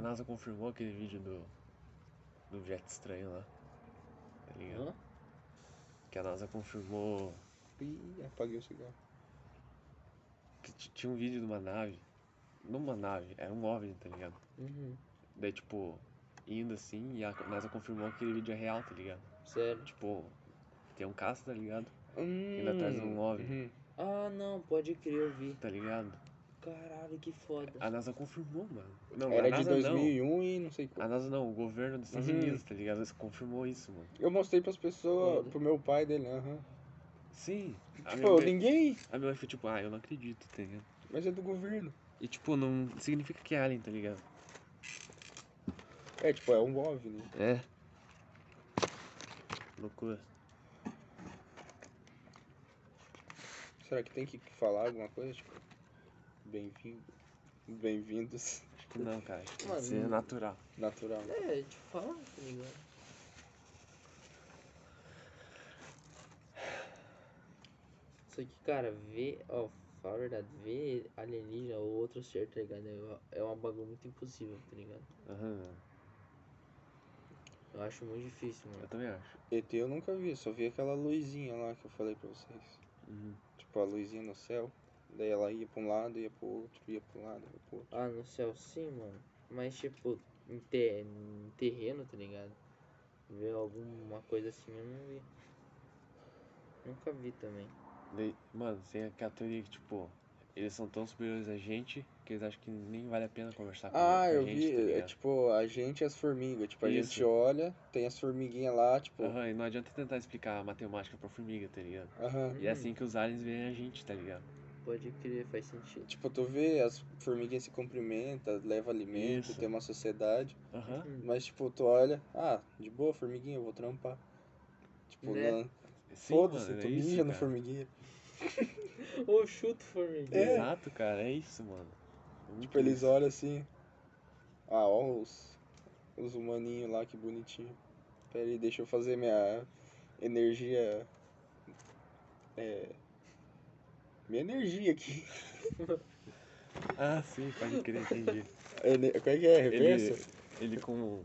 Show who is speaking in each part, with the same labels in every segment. Speaker 1: NASA confirmou aquele vídeo do, do jet estranho lá. Tá ligado?
Speaker 2: Hã?
Speaker 1: Que a NASA confirmou
Speaker 2: Ih, apaguei o cigarro.
Speaker 1: que t- tinha um vídeo de uma nave. Não uma nave, era um OVNI, tá ligado?
Speaker 2: Uhum.
Speaker 1: Daí, tipo, indo assim, e a NASA confirmou que aquele vídeo é real, tá ligado?
Speaker 2: Sério.
Speaker 1: Tipo, tem um caça, tá ligado?
Speaker 2: Hum.
Speaker 1: Indo atrás de um OVNI,
Speaker 2: Uhum. Ah, não, pode crer, eu vi.
Speaker 1: tá ligado?
Speaker 2: Caralho, que foda.
Speaker 1: A NASA confirmou, mano. Não, a
Speaker 2: Era de
Speaker 1: NASA não.
Speaker 2: 2001 e não sei
Speaker 1: A
Speaker 2: qual.
Speaker 1: NASA não, o governo dos Estados
Speaker 2: Uhum.
Speaker 1: Unidos, tá ligado? Eles confirmou isso, mano.
Speaker 2: Eu mostrei pras pessoas,
Speaker 1: Uhum.
Speaker 2: Foda. pro meu pai dele, aham.
Speaker 1: Sim. A minha,
Speaker 2: Tipo,
Speaker 1: mãe,
Speaker 2: ninguém,
Speaker 1: a minha mãe foi tipo, ah, eu não acredito, tá ligado?
Speaker 2: mas é do governo.
Speaker 1: E tipo, não significa que é alien, tá ligado?
Speaker 2: É, tipo, é um OVNI.
Speaker 1: É. Loucura.
Speaker 2: Será que tem que falar alguma coisa? Tipo, bem-vindo. Bem-vindos.
Speaker 1: Acho que não, cara. Acho que tem que
Speaker 3: Mano,
Speaker 1: ser
Speaker 3: não-
Speaker 1: natural.
Speaker 2: Natural.
Speaker 3: É, de falar, tá ligado? Só que, cara, ver, ó, fala a verdade, ver alienígena ou outro ser, tá ligado? É, uma- é um bagulho muito impossível, tá ligado?
Speaker 1: Aham, mano.
Speaker 3: Eu acho muito difícil,
Speaker 1: eu
Speaker 3: mano.
Speaker 1: também acho.
Speaker 2: ET eu nunca vi, só vi aquela luzinha lá que eu falei pra vocês.
Speaker 1: Uhum.
Speaker 2: Tipo, a luzinha no céu. Daí ela ia pra um lado, ia pro outro, ia pro lado, ia pro outro.
Speaker 3: Ah, no céu sim, mano. Mas, tipo, em, te- em terreno, tá ligado? Ver alguma coisa assim eu não vi. Nunca vi também.
Speaker 1: Daí, mano, tem aquela teoria que, tipo, eles são tão superiores a gente que eles acham que nem vale a pena conversar com,
Speaker 2: Ah,
Speaker 1: com a
Speaker 2: eu
Speaker 1: gente, tá
Speaker 2: vi. É
Speaker 1: ligado?
Speaker 2: tipo, a gente e as formigas. Tipo, a
Speaker 1: Isso.
Speaker 2: gente olha, tem as formiguinhas lá, tipo.
Speaker 1: Aham, e não adianta tentar explicar a matemática pra formiga, tá ligado?
Speaker 2: aham.
Speaker 1: E é
Speaker 3: Hum.
Speaker 1: assim que os aliens veem a gente, tá ligado?
Speaker 3: Pode crer, faz sentido.
Speaker 2: Tipo, tu vê, as formiguinhas se cumprimentam, leva alimento,
Speaker 1: Isso.
Speaker 2: tem uma sociedade.
Speaker 1: Aham.
Speaker 3: Hum.
Speaker 2: Mas, tipo, tu olha, ah, de boa, formiguinha, eu vou trampar. Tipo,
Speaker 3: Né?
Speaker 2: não-
Speaker 1: Sim,
Speaker 2: foda-se,
Speaker 1: mano,
Speaker 2: tu
Speaker 1: é isso,
Speaker 2: mija no
Speaker 1: cara.
Speaker 2: formiguinha.
Speaker 3: Ô, chuto, formiga.
Speaker 2: É.
Speaker 1: Exato, cara, é isso, mano. É muito
Speaker 2: Tipo, eles
Speaker 1: isso.
Speaker 2: olham assim. Ah, ó os, os humaninhos lá, que bonitinho. Pera aí, deixa eu fazer minha energia. É. Minha energia aqui.
Speaker 1: Ah, sim, pode crer, entendi.
Speaker 2: Ene- Como é que é? Reversa?
Speaker 1: ele, ele com um,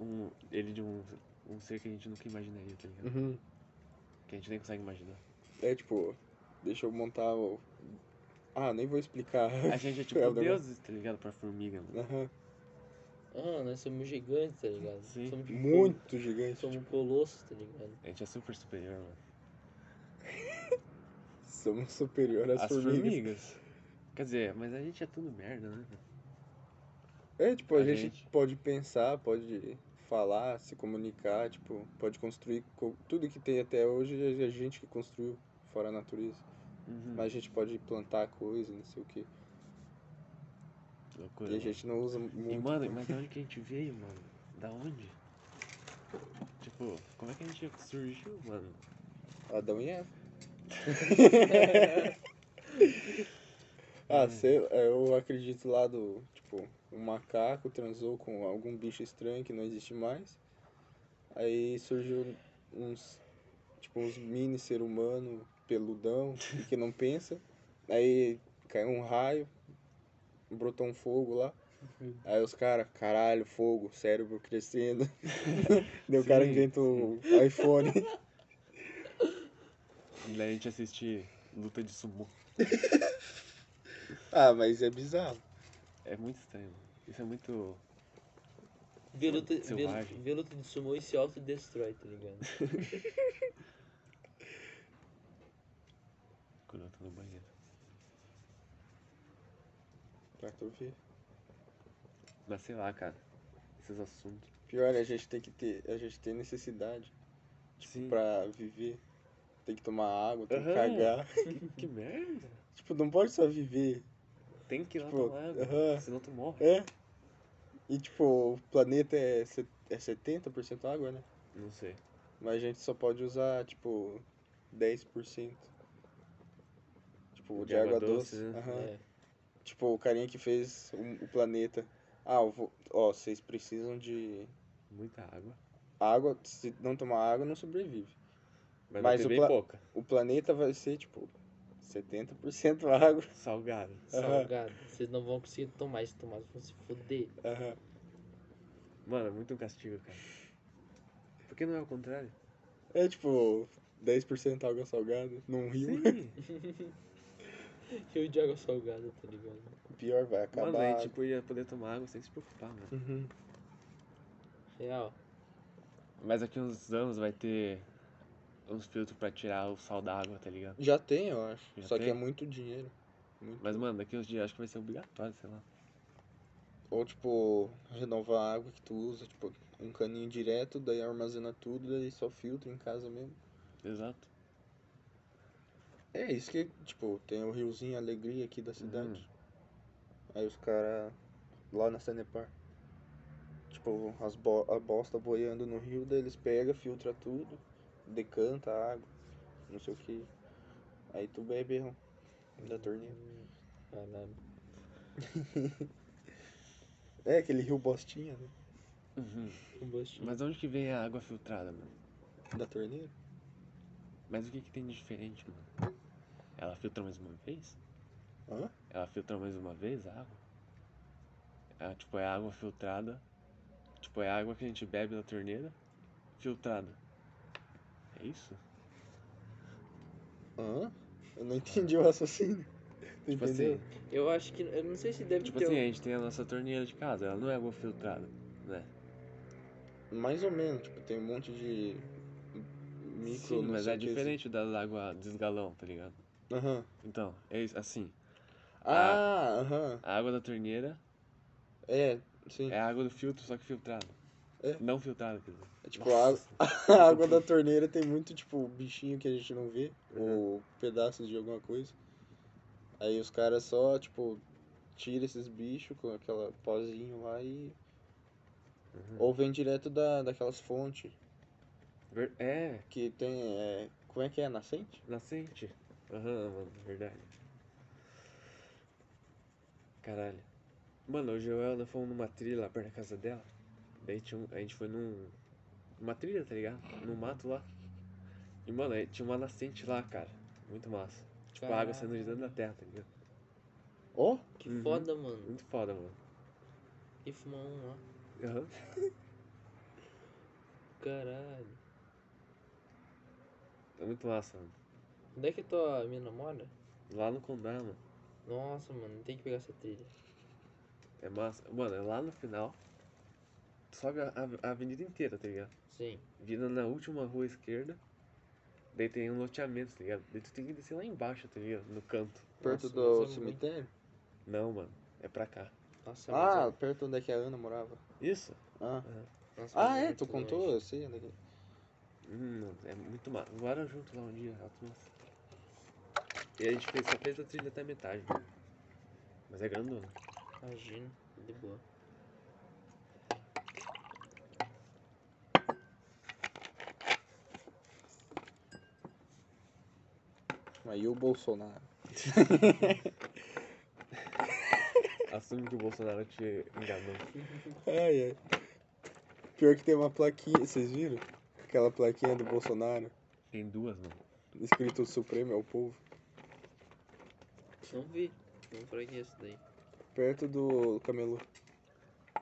Speaker 1: um- Ele de um, um ser que a gente nunca imaginaria, tá ligado?
Speaker 2: Uhum.
Speaker 1: Que a gente nem consegue imaginar.
Speaker 2: É tipo, deixa eu montar o. Ah, nem vou explicar.
Speaker 1: A gente é tipo
Speaker 2: É, o Né?
Speaker 1: deuses, tá ligado? Pra formiga, mano.
Speaker 2: Aham.
Speaker 3: Ah, nós somos gigantes, tá ligado?
Speaker 1: Sim.
Speaker 3: Somos tipo-
Speaker 2: Muito gigante.
Speaker 3: Somos um colosso, tá ligado?
Speaker 1: A gente é super superior, mano.
Speaker 2: Somos superior às
Speaker 1: As
Speaker 2: formigas.
Speaker 1: formigas. Quer dizer, mas a gente é tudo merda, né? mano?
Speaker 2: É, tipo, a,
Speaker 1: A
Speaker 2: gente,
Speaker 1: gente.
Speaker 2: pode pensar, pode falar, se comunicar, tipo, pode construir co- tudo que tem até hoje é a gente que construiu, fora a natureza.
Speaker 1: Uhum.
Speaker 2: Mas a gente pode plantar coisa, não sei o quê.
Speaker 1: Loucura.
Speaker 2: E a
Speaker 1: mano.
Speaker 2: gente não usa
Speaker 1: é. E,
Speaker 2: muito.
Speaker 1: mano, mas da onde que a gente veio, mano? Da onde? Tipo, como é que a gente surgiu, mano?
Speaker 2: Adão e Eva. ah, sei, lá, eu acredito lá do, tipo, um macaco transou com algum bicho estranho que não existe mais. Aí surgiu uns, tipo, uns mini ser humano peludão e que não pensa. Aí caiu um raio, brotou um fogo lá. Aí os caras, caralho, fogo, cérebro crescendo. Deu o cara
Speaker 1: Sim.
Speaker 2: inventa o iPhone.
Speaker 1: E daí Né, a gente assiste luta de sumo.
Speaker 2: Ah, mas é bizarro.
Speaker 1: É muito estranho, mano. Isso é muito.
Speaker 3: Vê luta, vê,
Speaker 1: Selvagem.
Speaker 3: vê luta de sumô e se autodestrói, tá ligado?
Speaker 1: Quando eu tô no banheiro.
Speaker 2: Pra tu ver.
Speaker 1: Mas sei lá, cara. Esses assuntos.
Speaker 2: Pior, a gente tem que ter, a gente tem necessidade tipo,
Speaker 1: Sim.
Speaker 2: pra viver. Tem que tomar água, tem que
Speaker 1: Aham.
Speaker 2: cagar.
Speaker 1: Que merda.
Speaker 2: Tipo, não pode só viver.
Speaker 1: Tem que ir lá
Speaker 2: Tipo,
Speaker 1: tomar água.
Speaker 2: aham.
Speaker 1: Senão tu morre.
Speaker 2: É. E tipo, o planeta é, se- é 70% água, né?
Speaker 1: Não sei.
Speaker 2: Mas a gente só pode usar, tipo, 10%. Tipo, de, água, doce.
Speaker 1: né?
Speaker 2: Aham.
Speaker 3: É.
Speaker 2: Tipo, o carinha que fez o, o planeta. Ah, eu vou- ó, vocês precisam de
Speaker 1: Muita água.
Speaker 2: água. Se não tomar água, não sobrevive.
Speaker 1: Mas,
Speaker 2: Mas
Speaker 1: vai
Speaker 2: o
Speaker 1: ter bem
Speaker 2: pla-
Speaker 1: pouca.
Speaker 2: O planeta vai ser, tipo, 70% água.
Speaker 1: Salgado.
Speaker 2: Aham.
Speaker 3: Salgado. Vocês não vão conseguir tomar, se tomar, vocês vão se foder.
Speaker 1: Mano, é muito um castigo, cara. Por que não é o contrário?
Speaker 2: É tipo 10% água salgada num rio.
Speaker 1: Sim.
Speaker 3: Rio de água salgada, tá ligado?
Speaker 2: Pior, vai acabar.
Speaker 1: Mano,
Speaker 2: a
Speaker 1: aí
Speaker 2: água.
Speaker 1: tipo ia poder tomar água sem se preocupar, mano.
Speaker 2: Uhum.
Speaker 3: Real.
Speaker 1: Mas daqui uns anos vai ter uns filtros pra tirar o sal da água, tá ligado?
Speaker 2: Já tem, eu acho.
Speaker 1: Já
Speaker 2: Só que
Speaker 1: tem?
Speaker 2: é muito dinheiro. Muito.
Speaker 1: Mas, mano, daqui uns dias acho que vai ser obrigatório, sei lá.
Speaker 2: Ou tipo, renovar a água que tu usa, tipo, um caninho direto, daí armazena tudo, daí só filtra em casa mesmo.
Speaker 1: Exato.
Speaker 2: É isso que, tipo, tem o riozinho Alegria aqui da cidade.
Speaker 1: Uhum.
Speaker 2: Aí os caras lá na Sanepar. Tipo, as bo a bosta boiando no rio, daí eles pegam, filtra tudo, decanta a água, não sei o que. Aí tu bebe ó, da torneira.
Speaker 3: Hum, Caralho.
Speaker 2: É aquele rio bostinha, né?
Speaker 1: Uhum.
Speaker 3: Um gostinho.
Speaker 1: Mas onde que vem a água filtrada, mano?
Speaker 2: Da torneira?
Speaker 1: Mas o que que tem de diferente, mano? Ela filtra mais uma vez?
Speaker 2: Hã?
Speaker 1: Ela filtra mais uma vez a água? Ela, tipo, é água filtrada. Tipo, é água que a gente bebe na torneira, filtrada. É isso?
Speaker 2: Hã? Eu não entendi o raciocínio. Tu
Speaker 1: Tipo
Speaker 2: entendeu?
Speaker 1: assim,
Speaker 3: Eu acho que. Eu não sei se deve
Speaker 1: tipo
Speaker 2: Então-
Speaker 3: ter.
Speaker 1: assim,
Speaker 3: um-
Speaker 1: a gente tem a nossa torneira de casa, ela não é água filtrada, né?
Speaker 2: Mais ou menos, tipo, tem um monte de micro,
Speaker 1: Sim,
Speaker 2: não
Speaker 1: mas
Speaker 2: sei
Speaker 1: é
Speaker 2: o que, assim.
Speaker 1: diferente da água desgalão, tá ligado?
Speaker 2: Aham.
Speaker 1: Então, é isso, assim,
Speaker 2: Ah, aham.
Speaker 1: a água da torneira
Speaker 2: É, sim.
Speaker 1: é a água do filtro, só que filtrada.
Speaker 2: É.
Speaker 1: Não filtrada, quer dizer.
Speaker 2: É tipo, a, a água da torneira tem muito, tipo, bichinho que a gente não vê, ou
Speaker 3: Uhum.
Speaker 2: pedaços de alguma coisa. Aí os caras só, tipo, tira esses bichos com aquela pozinho lá e.
Speaker 1: Uhum.
Speaker 2: Ou vem direto da, daquelas fontes
Speaker 1: Ver- É,
Speaker 2: que tem. é, como é que é? Nascente?
Speaker 1: nascente. Aham, mano, verdade. Caralho. Mano, hoje eu e ela fomos numa trilha lá perto da casa dela. Daí tinha um- a gente foi num. Numa trilha, tá ligado? Num mato lá. E, mano, aí tinha uma nascente lá, cara. Muito massa. Tipo, a água
Speaker 3: Caralho.
Speaker 1: saindo de dentro da terra, tá ligado?
Speaker 2: Ó,
Speaker 3: Que
Speaker 1: Uhum.
Speaker 3: foda, mano.
Speaker 1: Muito foda, mano.
Speaker 3: E fumar um lá.
Speaker 1: Aham.
Speaker 3: Caralho.
Speaker 1: É muito massa, mano.
Speaker 3: Onde é que tua mina mora?
Speaker 1: Lá no Condá, mano.
Speaker 3: Nossa, mano, tem que pegar essa trilha.
Speaker 1: É massa. Mano, é lá no final. Tu sobe a, a- a avenida inteira, tá ligado?
Speaker 3: Sim.
Speaker 1: Vira na última rua esquerda. Daí tem um loteamento, tá ligado? Daí tu tem que descer lá embaixo, tá ligado? No canto.
Speaker 2: perto
Speaker 3: Nossa,
Speaker 2: do
Speaker 3: mas é muito-
Speaker 2: cemitério?
Speaker 1: Não, mano. É pra cá.
Speaker 3: Nossa, mas
Speaker 2: Ah,
Speaker 3: é-
Speaker 2: perto onde é que a Ana morava.
Speaker 1: Isso?
Speaker 2: Ah,
Speaker 3: nossa, mas
Speaker 2: ah é,
Speaker 3: muito
Speaker 2: tu contou,
Speaker 3: longe.
Speaker 2: eu sei onde é que é.
Speaker 1: Hum, não, é muito massa. Bora junto lá um dia. Rato, nossa. E a gente fez, só fez a trilha até a metade, mano. Mas é grandona.
Speaker 3: Imagina, de boa.
Speaker 2: Aí o Bolsonaro.
Speaker 1: Assume que o Bolsonaro te enganou.
Speaker 2: Ai, ai. Pior que tem uma plaquinha, vocês viram? Aquela plaquinha do Bolsonaro,
Speaker 1: Tem duas, mano.
Speaker 2: escrito "O Supremo é o povo.
Speaker 3: Não vi. Não pra que isso daí.
Speaker 2: Perto do camelô.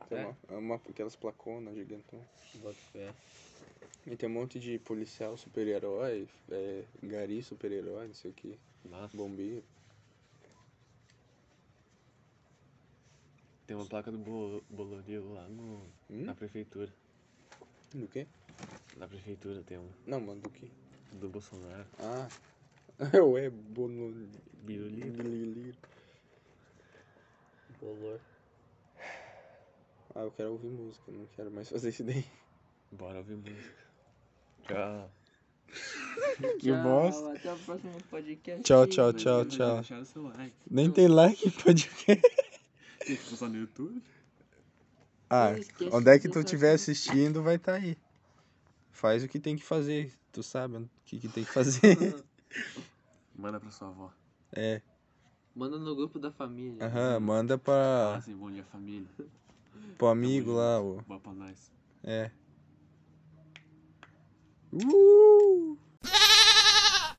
Speaker 2: Tem
Speaker 1: É?
Speaker 2: uma, é uma- aquelas placonas gigantonas.
Speaker 3: Bota fé.
Speaker 2: E tem um monte de policial super-herói, é, gari super-herói, não sei o que,
Speaker 1: Massa.
Speaker 2: bombeiro.
Speaker 1: Tem uma placa do Bo- Boloril lá no,
Speaker 2: Hum?
Speaker 1: na prefeitura.
Speaker 2: Do quê?
Speaker 1: Na prefeitura tem uma.
Speaker 2: Não, mano, do quê?
Speaker 1: Do Bolsonaro.
Speaker 2: Ah, eu é bono...
Speaker 1: Birulito.
Speaker 3: Bolor.
Speaker 2: Ah, eu quero ouvir música, não quero mais fazer isso daí.
Speaker 1: Bora ouvir música. Tchau.
Speaker 2: Que bosta.
Speaker 3: Até o próximo podcast.
Speaker 2: Tchau, tchau, tchau,
Speaker 1: Mas
Speaker 2: tchau.
Speaker 1: Deixaram seu like.
Speaker 2: Nem tem like podcast.
Speaker 1: Tem que postar no YouTube.
Speaker 2: Ah,
Speaker 3: Não esqueça
Speaker 2: onde é que
Speaker 3: do
Speaker 2: tu estiver assistindo, vai estar aí. Faz o que tem que fazer. Tu sabe o que, que tem que fazer.
Speaker 1: Manda pra sua avó.
Speaker 2: É.
Speaker 3: Manda no grupo da família.
Speaker 2: Aham, manda
Speaker 1: Ah,
Speaker 2: pra,
Speaker 1: sim, bom dia, família.
Speaker 2: pro amigo lá. é.
Speaker 1: Tamo
Speaker 2: ô.
Speaker 1: junto. Boa pra nós.
Speaker 2: É. Uh!